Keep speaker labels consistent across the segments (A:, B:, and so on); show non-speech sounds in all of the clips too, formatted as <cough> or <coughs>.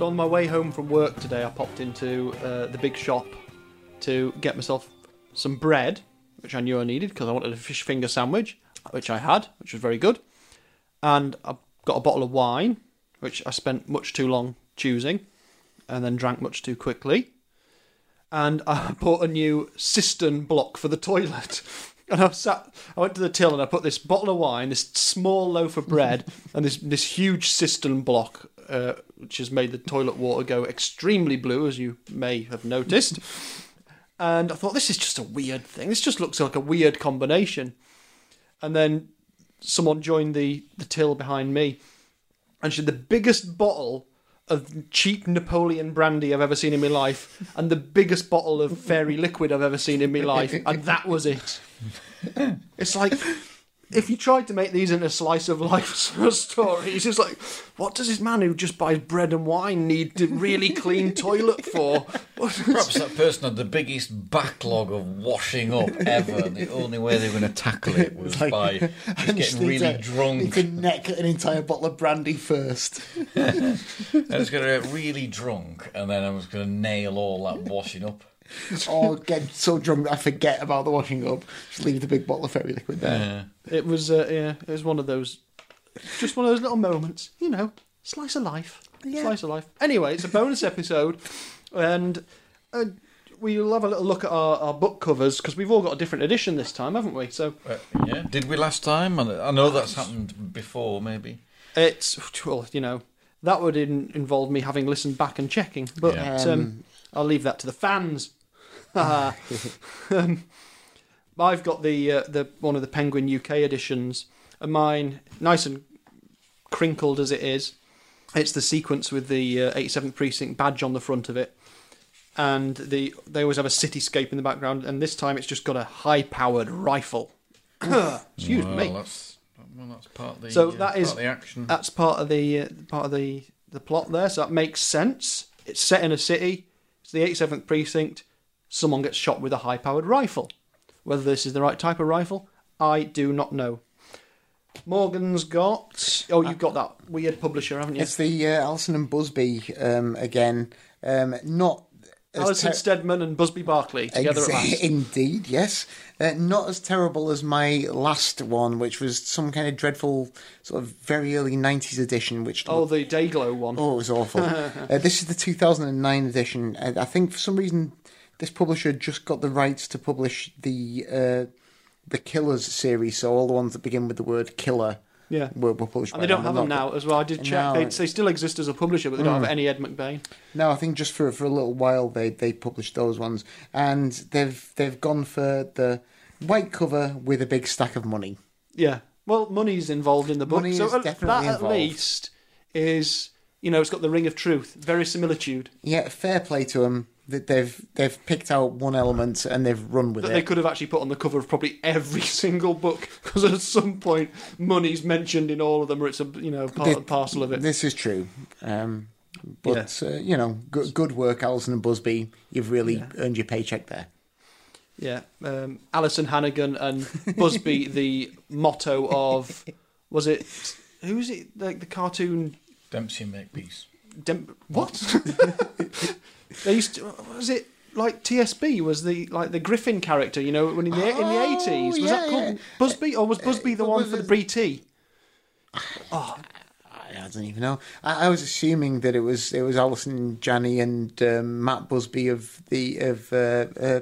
A: on my way home from work today, I popped into uh, the big shop to get myself some bread, which I knew I needed because I wanted a fish finger sandwich, which I had, which was very good. And I got a bottle of wine, which I spent much too long choosing and then drank much too quickly. And I <laughs> bought a new cistern block for the toilet. <laughs> And I sat, I went to the till and I put this bottle of wine, this small loaf of bread, and this this huge cistern block, uh, which has made the toilet water go extremely blue, as you may have noticed. And I thought this is just a weird thing. This just looks like a weird combination. And then someone joined the the till behind me, and she had the biggest bottle of cheap Napoleon brandy I've ever seen in my life, and the biggest bottle of fairy liquid I've ever seen in my life, and that was it. It's like if you tried to make these into slice of life <laughs> sort of stories, it's like, what does this man who just buys bread and wine need a really clean toilet for?
B: Perhaps that person had the biggest backlog of washing up ever, and the only way they were going to tackle it was
C: like-
A: <laughs>
B: by just
C: And
B: getting
C: need
B: really
C: to- Need
B: drunk.
C: to neck an entire bottle of
A: <laughs>
C: brandy first.
B: I was going to get really drunk, and then I was going to nail all that washing up.
C: or get so drunk that I forget about the washing up. Just leave the big bottle of fairy liquid there.
A: It was, uh, yeah, it was one of those, just one of those little moments, you know, slice of life, slice of life. Anyway, it's a bonus episode, and uh, we'll have a little look at our, our book covers because we've all got a different edition this time, haven't we? So
B: Uh, yeah, did we last time? And I know that's happened before, maybe.
A: it's well, you know, that would in, involve me having listened back and checking, but
B: Yeah.
A: um, I'll leave that to the fans. <laughs> um, I've got the uh, the one of the Penguin UK editions, and mine nice and crinkled as it is. It's the sequence with the uh, 87th precinct badge on the front of it, and the they always have a cityscape in the background. And this time, it's just got a high-powered rifle. <coughs> Excuse
B: well,
A: me.
B: That's, well, that's part of the,
A: So
B: uh,
A: that
B: part
A: is-
B: of the action.
A: That's part of the uh, part of the the plot there, so that makes sense. It's set in a city. It's the 87th precinct. Someone gets shot with a high-powered rifle. Whether this is the right type of rifle, I do not know. Morgan's got. Oh, you've got that weird publisher, haven't you?
C: It's the uh, Alison and Busby um, again. Um, not as
A: Alison
C: ter-
A: Stedman and Busby Barclay together
C: Ex-
A: at last.
C: <laughs> Indeed, yes. Uh, not as terrible as my last one, which was some kind of dreadful, sort of very early 90s edition, which
A: Oh, the Dayglow one.
C: Oh, it
A: <laughs>
C: was awful. uh, this is the 2009 edition. Uh, I, I think for some reason this publisher just got the rights to publish the uh, the Killers series, so all the ones that begin with the word killer
A: Yeah.
C: were, were published.
A: and
C: by
A: they don't have
C: them.
A: them now as well. I did check.
C: No.
A: They, they still exist as a publisher, but they
C: Mm.
A: don't have any Ed McBain.
C: No, I think just for for a little while they they published those ones, and they've they've gone for the white cover with a big stack of money.
A: Yeah. Well, money's involved in the book,
C: Money
A: so
C: is
A: at-
C: definitely
A: that at
C: involved.
A: least is you know it's got the ring of truth, verisimilitude
C: Yeah, fair play to them. That they've they've picked out one element and they've run with
A: that
C: it.
A: they could have actually put on the cover of probably every <laughs> single book because at some point money's mentioned in all of them, or it's a you know part
C: Did-
A: and parcel of it.
C: This is true. Um, but, uh, you know, good, good work, Alison and Busby. You've really earned your paycheck there.
A: Yeah, um, Alison Hannigan and Busby. the motto of was it who's it like the cartoon
B: Dempsey make peace.
A: Dem- what? <laughs> they used to, was it like TSB was the like the Griffin character, you know, when in the in the
C: Oh,
A: eighties was that
C: yeah,
A: called
C: yeah.
A: Busby or was Busby the
C: Uh,
A: one
C: was
A: for the
C: it-
A: BT?
C: I, I don't even know. I, I was assuming that it was it was Alison, Janny, and um, Matt Busby of the of uh, uh,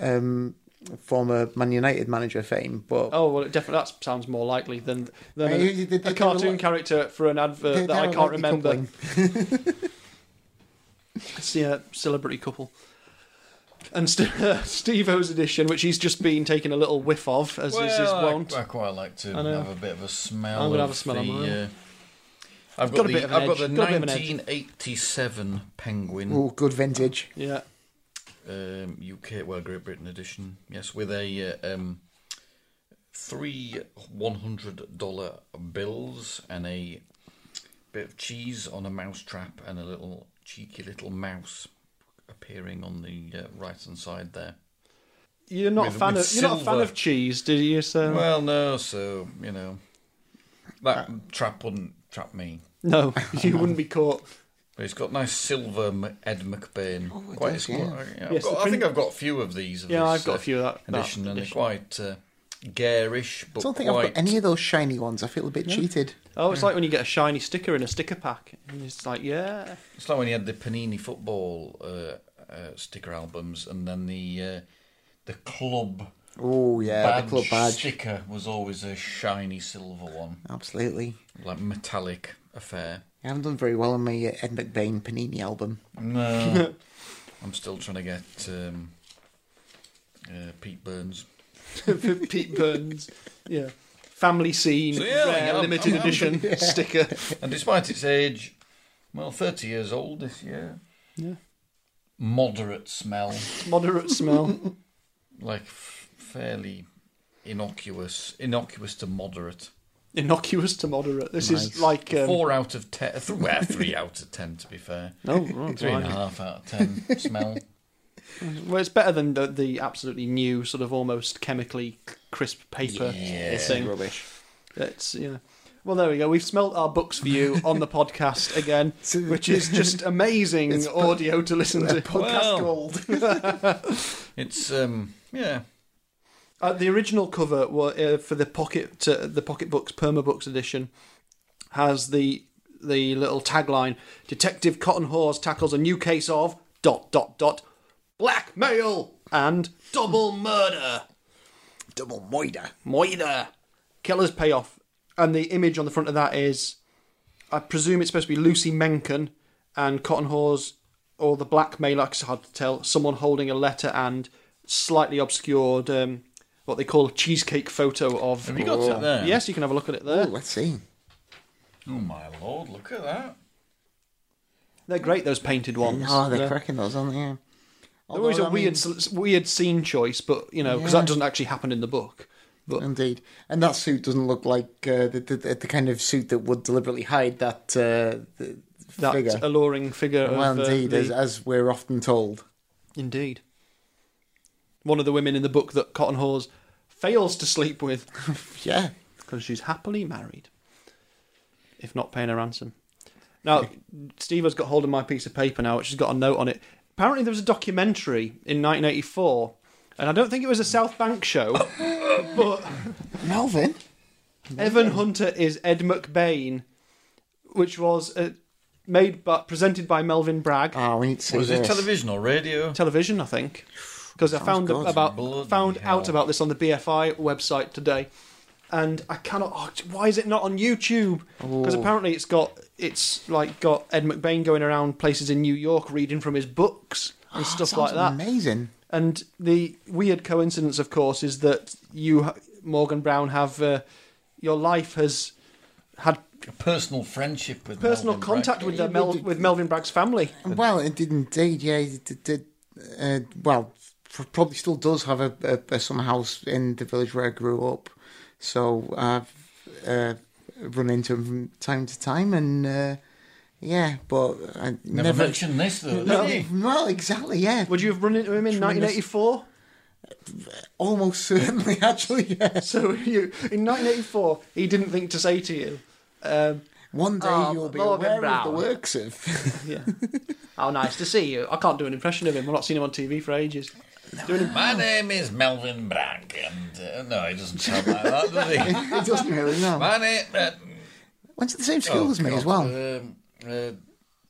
C: um, former Man United manager fame, but
A: Oh well, it definitely that sounds more likely than than
C: Uh,
A: a,
C: they- they-
A: a
C: they were
A: cartoon
C: like-
A: character for an advert
C: They-
A: that I
C: they're
A: can't
C: likely
A: remember.
C: coupling.
A: It's a celebrity couple. And St- <laughs> Steve O's edition, which he's just been taking a little whiff of, as is his wont.
B: I, I quite like to
A: I know.
B: have a bit of a smell.
A: I'm gonna
B: of
A: have a smell of
B: the,
A: mine.
B: uh, I've
A: Got
B: got,
A: a
B: the,
A: bit of an
B: I've got
A: edge.
B: the
A: Got a bit of an edge.
B: 1987 Penguin
C: Oh, good vintage.
A: yeah,
B: um, UK, well, Great Britain edition. Yes, with a uh, um, three $100 bills and a bit of cheese on a mouse trap and a little cheeky little mouse appearing on the uh, right hand side there.
A: you're not
B: With-
A: a fan
B: with
A: of you're not a fan
B: silver.
A: of cheese, did you? So
B: Well, no, so you know that trap wouldn't trap me. <laughs>
A: no, you wouldn't be caught.
B: But he's got nice silver M- Ed McBain.
C: Oh, it
B: quite
C: does,
B: a squ-
C: yeah.
B: yeah, I've
A: Yes,
B: got-
A: the
B: I think
A: print-
B: I've got a few of these. Of
A: Yeah,
B: this,
A: I've got a few of that- that
B: edition, and they're
A: edition.
B: quite uh, garish, but
C: I don't think
B: quite,
C: I've got any of those shiny ones. I feel a bit cheated.
A: Oh, it's like when you get a shiny sticker in a sticker pack, and it's like, yeah, <laughs>
B: It's like when he had the Panini football uh, uh, sticker albums, and then the uh, the club
C: Oh yeah,
B: badge
C: the club badge.
B: sticker was always a shiny silver one,
C: Absolutely.
B: like metallic affair.
C: I haven't done very well on my uh, Ed McBain Panini album.
B: No, <laughs> I'm still trying to get um, uh, Pete Burns.
A: for Pete Burns, yeah, family scene,
B: So, yeah,
A: rare,
B: yeah, I'm-
A: limited
B: I'm- I'm-
A: edition sticker.
B: And despite its age, well, 30 years old this year.
A: Yeah.
B: Moderate smell,
A: Moderate smell.
B: like f- fairly innocuous, innocuous to moderate.
A: <laughs> Innocuous to moderate. This
C: Nice.
A: is like um,
B: Four out of ten. Th- well, three <laughs> out of ten, to be fair.
A: No, right,
B: Three and a
A: right.
B: half out
A: <laughs>
B: of ten smell.
A: Well, it's better than the, the absolutely new, sort of almost chemically c- crisp paper
B: Yeah.
A: thing.
C: Rubbish.
A: It's yeah. Well, there we go. We've smelt our books for you on the podcast again,
C: So-
A: which is just amazing
C: It's po-
A: audio to listen to.
C: Podcast
B: Well.
C: gold.
B: <laughs> It's um yeah.
A: Uh, the original cover wa- uh, for the pocket uh, the pocket books perma books edition has the the little tagline: "Detective Cotton Hawes tackles a new case of dot dot dot blackmail and double murder."
C: Double moida.
A: Moida. Killer's payoff. And the image on the front of that is, I presume it's supposed to be Lucy Menken and Cotton Hawes or the blackmailer, 'cause it's hard to tell, someone holding a letter and slightly obscured um, what they call a cheesecake photo of. Oh.
B: Have you got it there?
A: Yes, you can have a look at it
C: Oh,
A: there.
C: let's see.
B: Oh my lord! Look at that.
A: They're great, those painted ones.
C: Oh, they're
A: Yeah.
C: cracking those, aren't they? Yeah.
A: They're always
C: Although,
A: a
C: I
A: weird,
C: mean-
A: s weird scene choice, but you know, because
C: Yeah.
A: that doesn't actually happen in the book. But
C: Indeed, and that suit doesn't look like uh, the, the the kind of suit that would deliberately hide that uh, the
A: that
C: figure.
A: alluring figure
C: well,
A: of uh,
C: indeed,
A: the-
C: as, as we're often told.
A: Indeed. One of the women in the book that Cotton Hawes fails to sleep with
C: <laughs> Yeah,
A: because she's happily married, if not paying a ransom. Now, Steve has got hold of my piece of paper now, which has got a note on it. Apparently, there was a documentary in 1984, and I don't think it was a South Bank
C: <laughs>
A: show, but
C: Melvin.
A: Evan Hunter is Ed McBain, which was uh, made but presented by Melvin Bragg.
C: Ah, we need to see
B: Was it
C: this.
B: television or radio?
A: television, I think, because I found
C: good.
A: about
B: Bloody
A: found out
B: hell.
A: about this on the BFI website today, and I cannot. oh, why is it not on YouTube? Because
C: Oh.
A: apparently it's got it's like got Ed McBain going around places in New York reading from his books
C: <gasps>
A: and stuff like that.
C: Amazing.
A: And the weird coincidence, of course, is that you, ha- Morgan Brown, have uh, your life has had
B: A personal friendship with
A: personal
B: Melvin
A: contact
B: Bragg.
A: with the Mel- with Melvin Bragg's family.
C: Well, it did indeed. Yeah, it did. did uh, well, f- probably still does have a, a, a some house in the village where I grew up, so I've uh, run into him from time to time, and uh, yeah, but I
B: Never, mentioned this though. did
C: No,
B: he?
C: well, exactly. Yeah,
A: Would you have run into him
C: <laughs>
A: in 1984?
C: almost certainly. <laughs> Actually, yes.
A: So <laughs> you, in 1984, he didn't think to say to you, um,
C: One day
A: Oh,
C: you'll be
A: Morgan
C: aware
A: Brown.
C: of the works of. <laughs>
A: yeah, "How nice to see you." I can't do an impression of him. I've not seen him on TV for ages. Do an-
B: My name is Melvin Bragg, and uh, no, he doesn't sound like that,
A: <laughs>
B: does he?
C: it doesn't really know.
B: My name. Uh,
C: Went to the same school
B: oh,
C: as me as
B: God,
C: well.
B: Um, uh,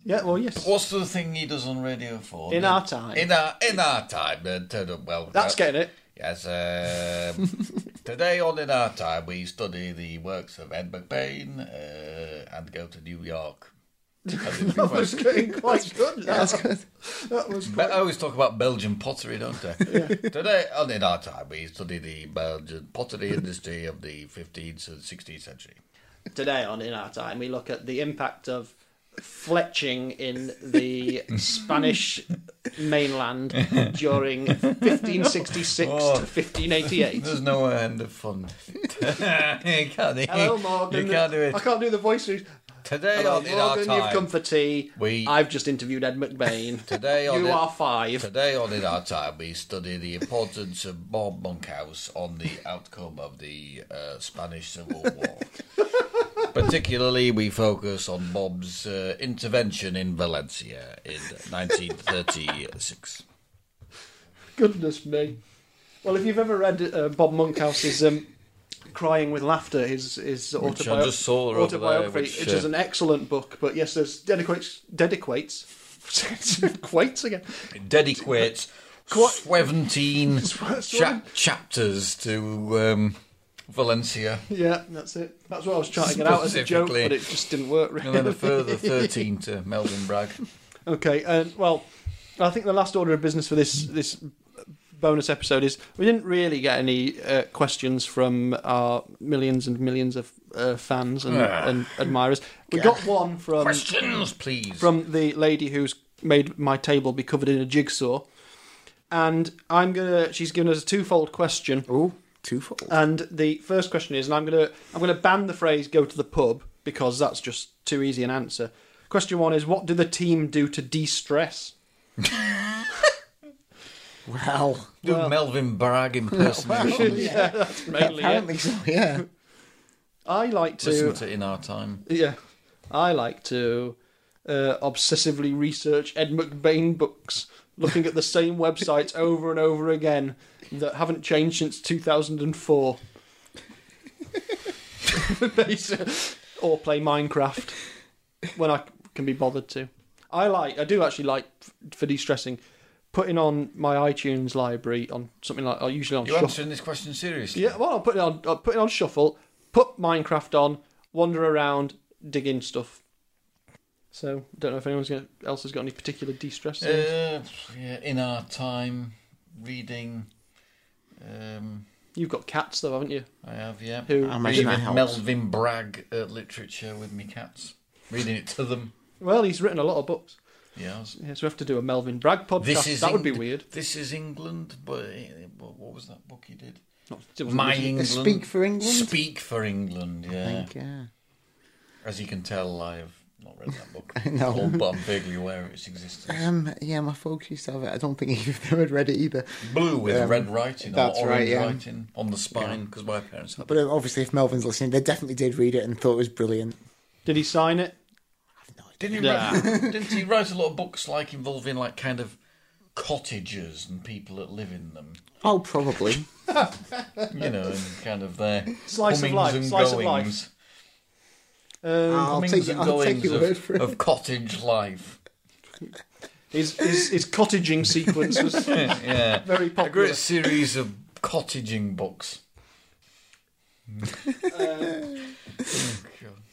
A: yeah, well, yes.
B: What's the thing he does on Radio 4?
A: In
B: The-
A: Our Time.
B: In our, in our time. Uh, turn up, well,
A: That's
B: uh,
A: getting it.
B: Yes.
A: <laughs>
B: um today on In Our Time, we study the works of Ed McBain uh, and go to New York. As in
A: That was
B: request.
A: getting quite good. now.
C: That's good.
A: That was
B: But I always talk about Belgian pottery, don't
A: <laughs>
B: I? Today on In Our Time, we study the Belgian pottery industry of the 15th and 16th century.
A: today on In Our Time. We look at the impact of fletching in the Spanish mainland during 1566 to 1588.
B: There's no end of fun. <laughs> you can't,
A: Hello, Morgan.
B: You can't do it.
A: I can't do the voices.
B: Today
A: Hello,
B: on In Our
A: Morgan, you've
B: Time.
A: come for tea.
B: We-
A: I've just interviewed Ed McBain.
B: <laughs> Today on
A: you
B: it-
A: are five.
B: Today on In Our Time, we study the importance of Bob
A: <laughs>
B: Monkhouse on the outcome of the uh, Spanish Civil War. Particularly, we focus on Bob's uh, intervention in Valencia in 1936.
A: Goodness me. Well, if you've ever read uh, Bob Monkhouse's um, Crying with Laughter, his, his
B: Which
A: autobio-
B: I just saw over there,
A: autobiography,
B: which,
A: which is
B: uh,
A: an excellent book, but yes, there's dedicates, dedicates, <laughs> quates again,
B: It dedicates
A: Quite- <laughs>
B: 17
A: what-
B: cha- chapters to um, Valencia.
A: Yeah, that's it. That's what I was trying to get out as a joke,
B: Specifically.
A: but it just didn't work
B: And then a
A: really.
B: further 13 to Melvin Bragg.
A: okay, um, well, I think the last order of business for this this bonus episode is we didn't really get any uh, questions from our millions and millions of uh, fans and,
B: Ah.
A: and admirers. We got one from
B: Questions, please.
A: from the lady who's made my table be covered in a jigsaw, and I'm gonna. She's given us a twofold question.
C: Oh, twofold.
A: And the first question is, and I'm gonna I'm gonna ban the phrase "go to the pub" because that's just too easy an answer. Question one is, what do the team do to de-stress?
C: Well,
B: Do Melvin
A: <laughs>
B: Bragg impersonation.
A: yeah, that's mainly it.
C: apparently so. Yeah.
A: I like
B: Listen
A: to,
B: to In Our Time.
A: yeah, I like to uh, obsessively research Ed McBain books, looking at the same <laughs> websites over and over again that haven't changed since <laughs> 2004. Basically. or play Minecraft when I can be bothered to. I like, I do actually like f- for de-stressing, putting on my iTunes library on something like, or usually on
B: You're
A: shuffle.
B: answering this question seriously?
A: Yeah, well, I'll put it on. I'll put it on shuffle. Put Minecraft on. Wander around, dig in stuff. So, don't know if anyone's gonna, else has got any particular de-stress. things.
B: Uh, yeah, in our time, reading. Um,
A: You've got cats though, haven't you?
B: I have, yeah.
A: Who?
C: I imagine that
B: Reading
C: helps.
B: Melvin Bragg uh, literature with me cats. Reading it to them.
A: well, he's written a lot of books.
B: Yes.
A: Yeah, so we have to do a Melvin Bragg podcast.
B: This is
A: that would be
B: Eng-
A: weird.
B: This is England, but uh, what what was that book he did?
A: Not, it wasn't-
B: My
A: it
B: England.
C: Speak for England?
B: Speak for England. Yeah.
C: Think, yeah.
B: As you can tell, I have not read
A: <laughs>
B: that book.
C: No.
B: Or- but I'm vaguely aware of its existence.
C: Um, yeah, my folks used to have it. I don't think <laughs> either of them had read it either.
B: Blue with
C: um,
B: red writing
C: that's
B: or
C: right,
B: orange
C: yeah.
B: writing on the spine because my parents had.
C: But uh, obviously, if Melvin's listening, they definitely did read it and thought it was brilliant.
A: Did he sign it?
B: Didn't he,
A: Yeah.
B: write,
C: <laughs>
B: didn't he write a lot of books like involving like kind of cottages and people that live in them?
C: Oh, probably.
B: You know, and kind of their
A: Slice of
B: comings
A: life,
B: and
A: slice of life.
B: goings,
A: <laughs> Um,
C: I'll
B: comings
C: take,
B: and
C: I'll take
B: goings
C: your
B: of,
C: word for it.
B: of cottage life.
A: his, his his cottaging sequence was
B: <laughs> yeah,
A: <laughs> very
B: a great
A: popular.
B: series of cottaging books.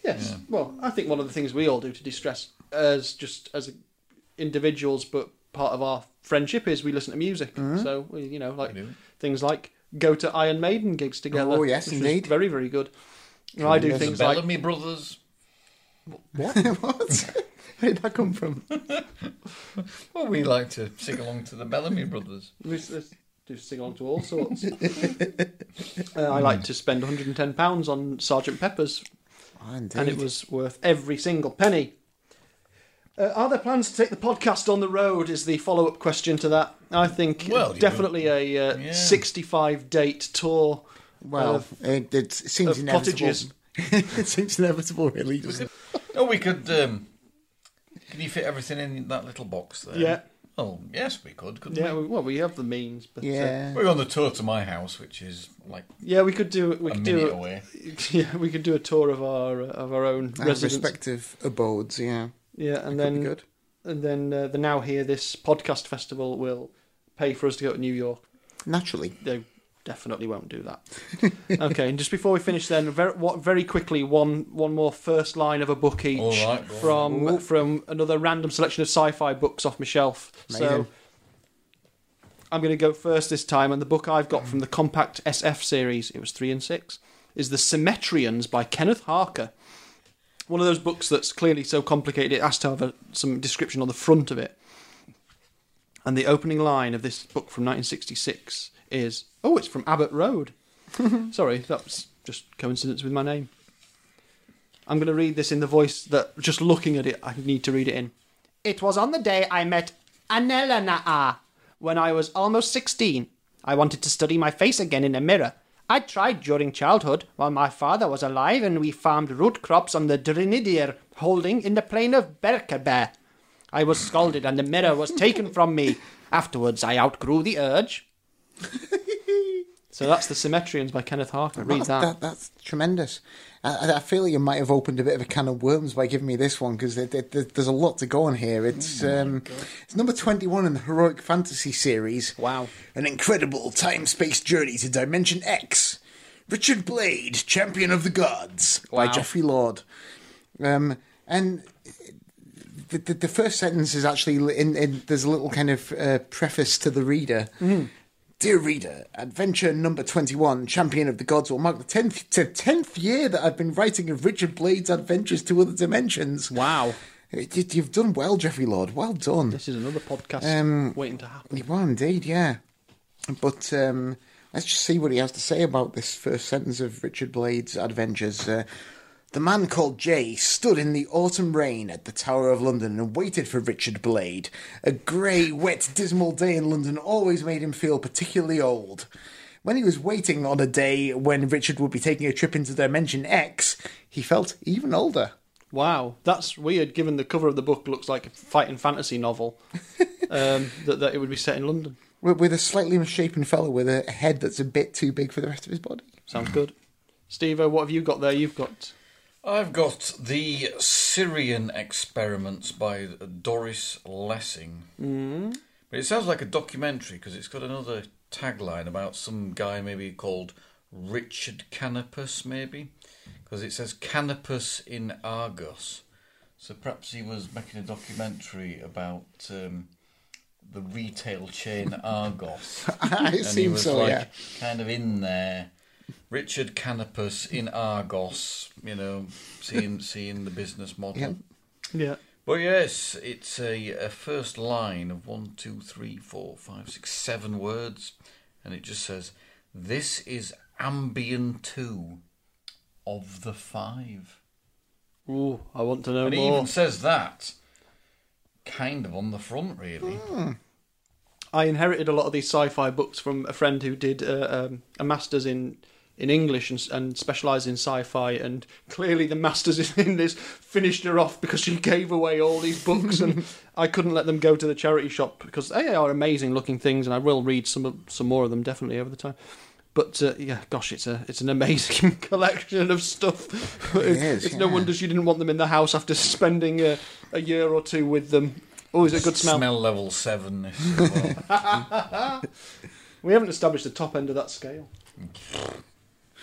A: Yes. Well, I think one of the things we all do to distress as just as individuals, but part of our friendship is we listen to music. So we, you know, like
B: We do.
A: things like go to Iron Maiden gigs together.
C: Oh, yes,
A: which was
C: indeed.
A: very very good. And I do
C: Yes.
A: things
B: the
A: like
B: Bellamy Brothers.
C: What? <laughs> what? Where did that come from?
B: Well, we like to sing along to the Bellamy Brothers.
A: we s- s- do sing along to all sorts. uh, I like to spend 110 pounds on Sergeant Pepper's
C: Oh, indeed.
A: and it was worth every single penny. Uh, are there plans to take the podcast on the road? Is the follow up question to that? I think
B: Well, you
A: definitely a uh,
B: yeah.
A: 65 date tour. Uh,
C: well,
A: of-
C: it, it seems
A: of
C: inevitable.
A: uh, cottages.
C: <laughs> it seems inevitable, really. doesn't it?
B: Oh, we could. Um, can you fit everything in that little box there?
A: Yeah.
B: Oh, yes, we could, couldn't
A: Yeah,
B: we?
A: we- well, we have the means, but uh,
C: Yeah.
B: We're on the tour to my house, which is like
A: yeah, we could do we
B: a
A: could
B: minute
A: do
B: away.
A: <laughs> yeah, we could do a tour of our uh, of our own
C: Our
A: residence.
C: respective abodes, yeah.
A: Yeah, and
C: Could be
A: then
C: good.
A: and then uh, the Now Hear This podcast festival will pay for us to go to New York.
C: Naturally.
A: they definitely won't do that. <laughs> okay, and just before we finish, then very, what, very quickly one one more first line of a book each
B: All right, go on.
A: from
C: Ooh.
A: from another random selection of sci-fi books off my shelf. So
C: Amazing.
A: I'm going to go first this time, and the book I've got from the Compact SF series, it was three and six, is The Symmetrians by Kenneth Harker. One of those books that's clearly so complicated it has to have a, some description on the front of it. And the opening line of this book from 1966 is, "Oh, it's from Abbott
C: <laughs>
A: Road." Sorry, that's just coincidence with my name. I'm going to read this in the voice that, just looking at it, I need to read it in. It was on the day I met Anelana when I was almost 16. I wanted to study my face again in a mirror.
D: I tried during childhood, while my father was alive, and we farmed root crops on the Drinidir holding in the plain of Berkebe. I was scalded, and the mirror was taken from me. Afterwards, I outgrew the urge.
A: So that's the Symmetrians by Kenneth Harker. Read that.
C: that's tremendous. I, I- I feel like you might have opened a bit of a can of worms by giving me this one because there's a lot to go on here. It's um, it's number twenty one in the heroic fantasy series.
D: Wow.
C: An incredible time space journey to Dimension X. Richard Blade, Champion of the Gods, by
D: Wow.
C: Jeffrey Lord. Um, and the, the, the first sentence is actually in, in there's a little kind of uh, preface to the reader. Dear reader, adventure number 21, Champion of the Gods, will mark the 10th, to 10th year that I've been writing of Richard Blade's adventures to other dimensions.
A: Wow.
C: You- You've done well, Jeffrey Lord. Well done.
A: This is another podcast
C: Um,
A: waiting to happen.
C: You are indeed, yeah. But um, let's just see what he has to say about this first sentence of Richard Blade's adventures. Uh, the man called Jay stood in the autumn rain at the Tower of London and waited for Richard Blade. A grey, wet, dismal day in London always made him feel particularly old. When he was waiting on a day when Richard would be taking a trip into Dimension X, he felt even older.
A: Wow, that's weird. Given the cover of the book looks like a fighting fantasy novel, um, that that it would be set in London.
C: With with a slightly misshapen fellow with a head that's a bit too big for the rest of his body. <laughs>
A: Sounds good. Steve, what have you got there? You've got
B: I've got the Syrian Experiments by Doris Lessing. Mm.
A: Mm-hmm.
B: But it sounds like a documentary because it's got another tagline about some guy maybe called Richard Canopus, maybe because it says Canopus in Argos. So perhaps he was making a documentary about um, the retail chain
A: <laughs>
B: Argos.
C: it
B: and he
C: seems
B: was
C: so,
B: like
C: yeah.
B: kind of in there. Richard Canopus in Argos, you know, seeing <laughs> seeing the business model.
C: Yeah.
A: yeah.
B: But yes, it's a, a first line of one, two, three, four, five, six, seven words, and it just says, "This is Ambien two of the five.
A: Ooh, I want to know
B: And it
A: more.
B: even says that kind of on the front, really.
C: Mm.
A: I inherited a lot of these sci-fi books from a friend who did uh, um, a master's in in English and, and specialised in sci-fi. And clearly, the master's <laughs> in this finished her off because she gave away all these books,
C: <laughs>
A: and I couldn't let them go to the charity shop because they are amazing looking things, and I will read some of, some more of them definitely over the time. But uh, yeah, gosh, it's a it's an amazing <laughs> collection of stuff. It
C: is,
A: it's no
C: yeah.
A: wonder she didn't want them in the house after spending a, a year or two with them. Oh, is it a good smell?
B: level seven. As well.
C: <laughs>
A: We haven't established the top end of that scale.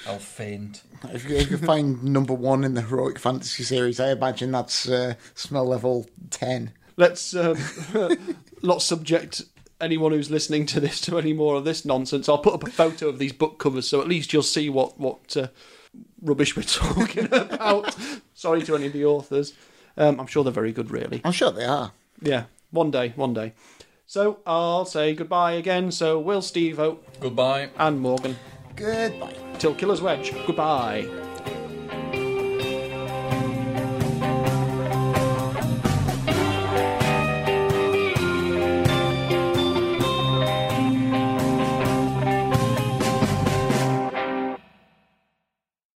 B: I'll faint.
C: If you, if you find <laughs> number one in the heroic fantasy series, I imagine that's uh, smell level ten.
A: Let's um, <laughs> not subject anyone who's listening to this to any more of this nonsense. I'll put up a photo of these book covers, so at least you'll see what what uh, rubbish we're <laughs> talking about. Sorry to any of the authors. Um, I'm sure they're very good, really.
C: I'm sure they are.
A: Yeah, one day, one day. So I'll say goodbye again. So Will, Steve,
B: Goodbye.
A: and Morgan
C: Goodbye.
A: till Killer's Wedge. Goodbye.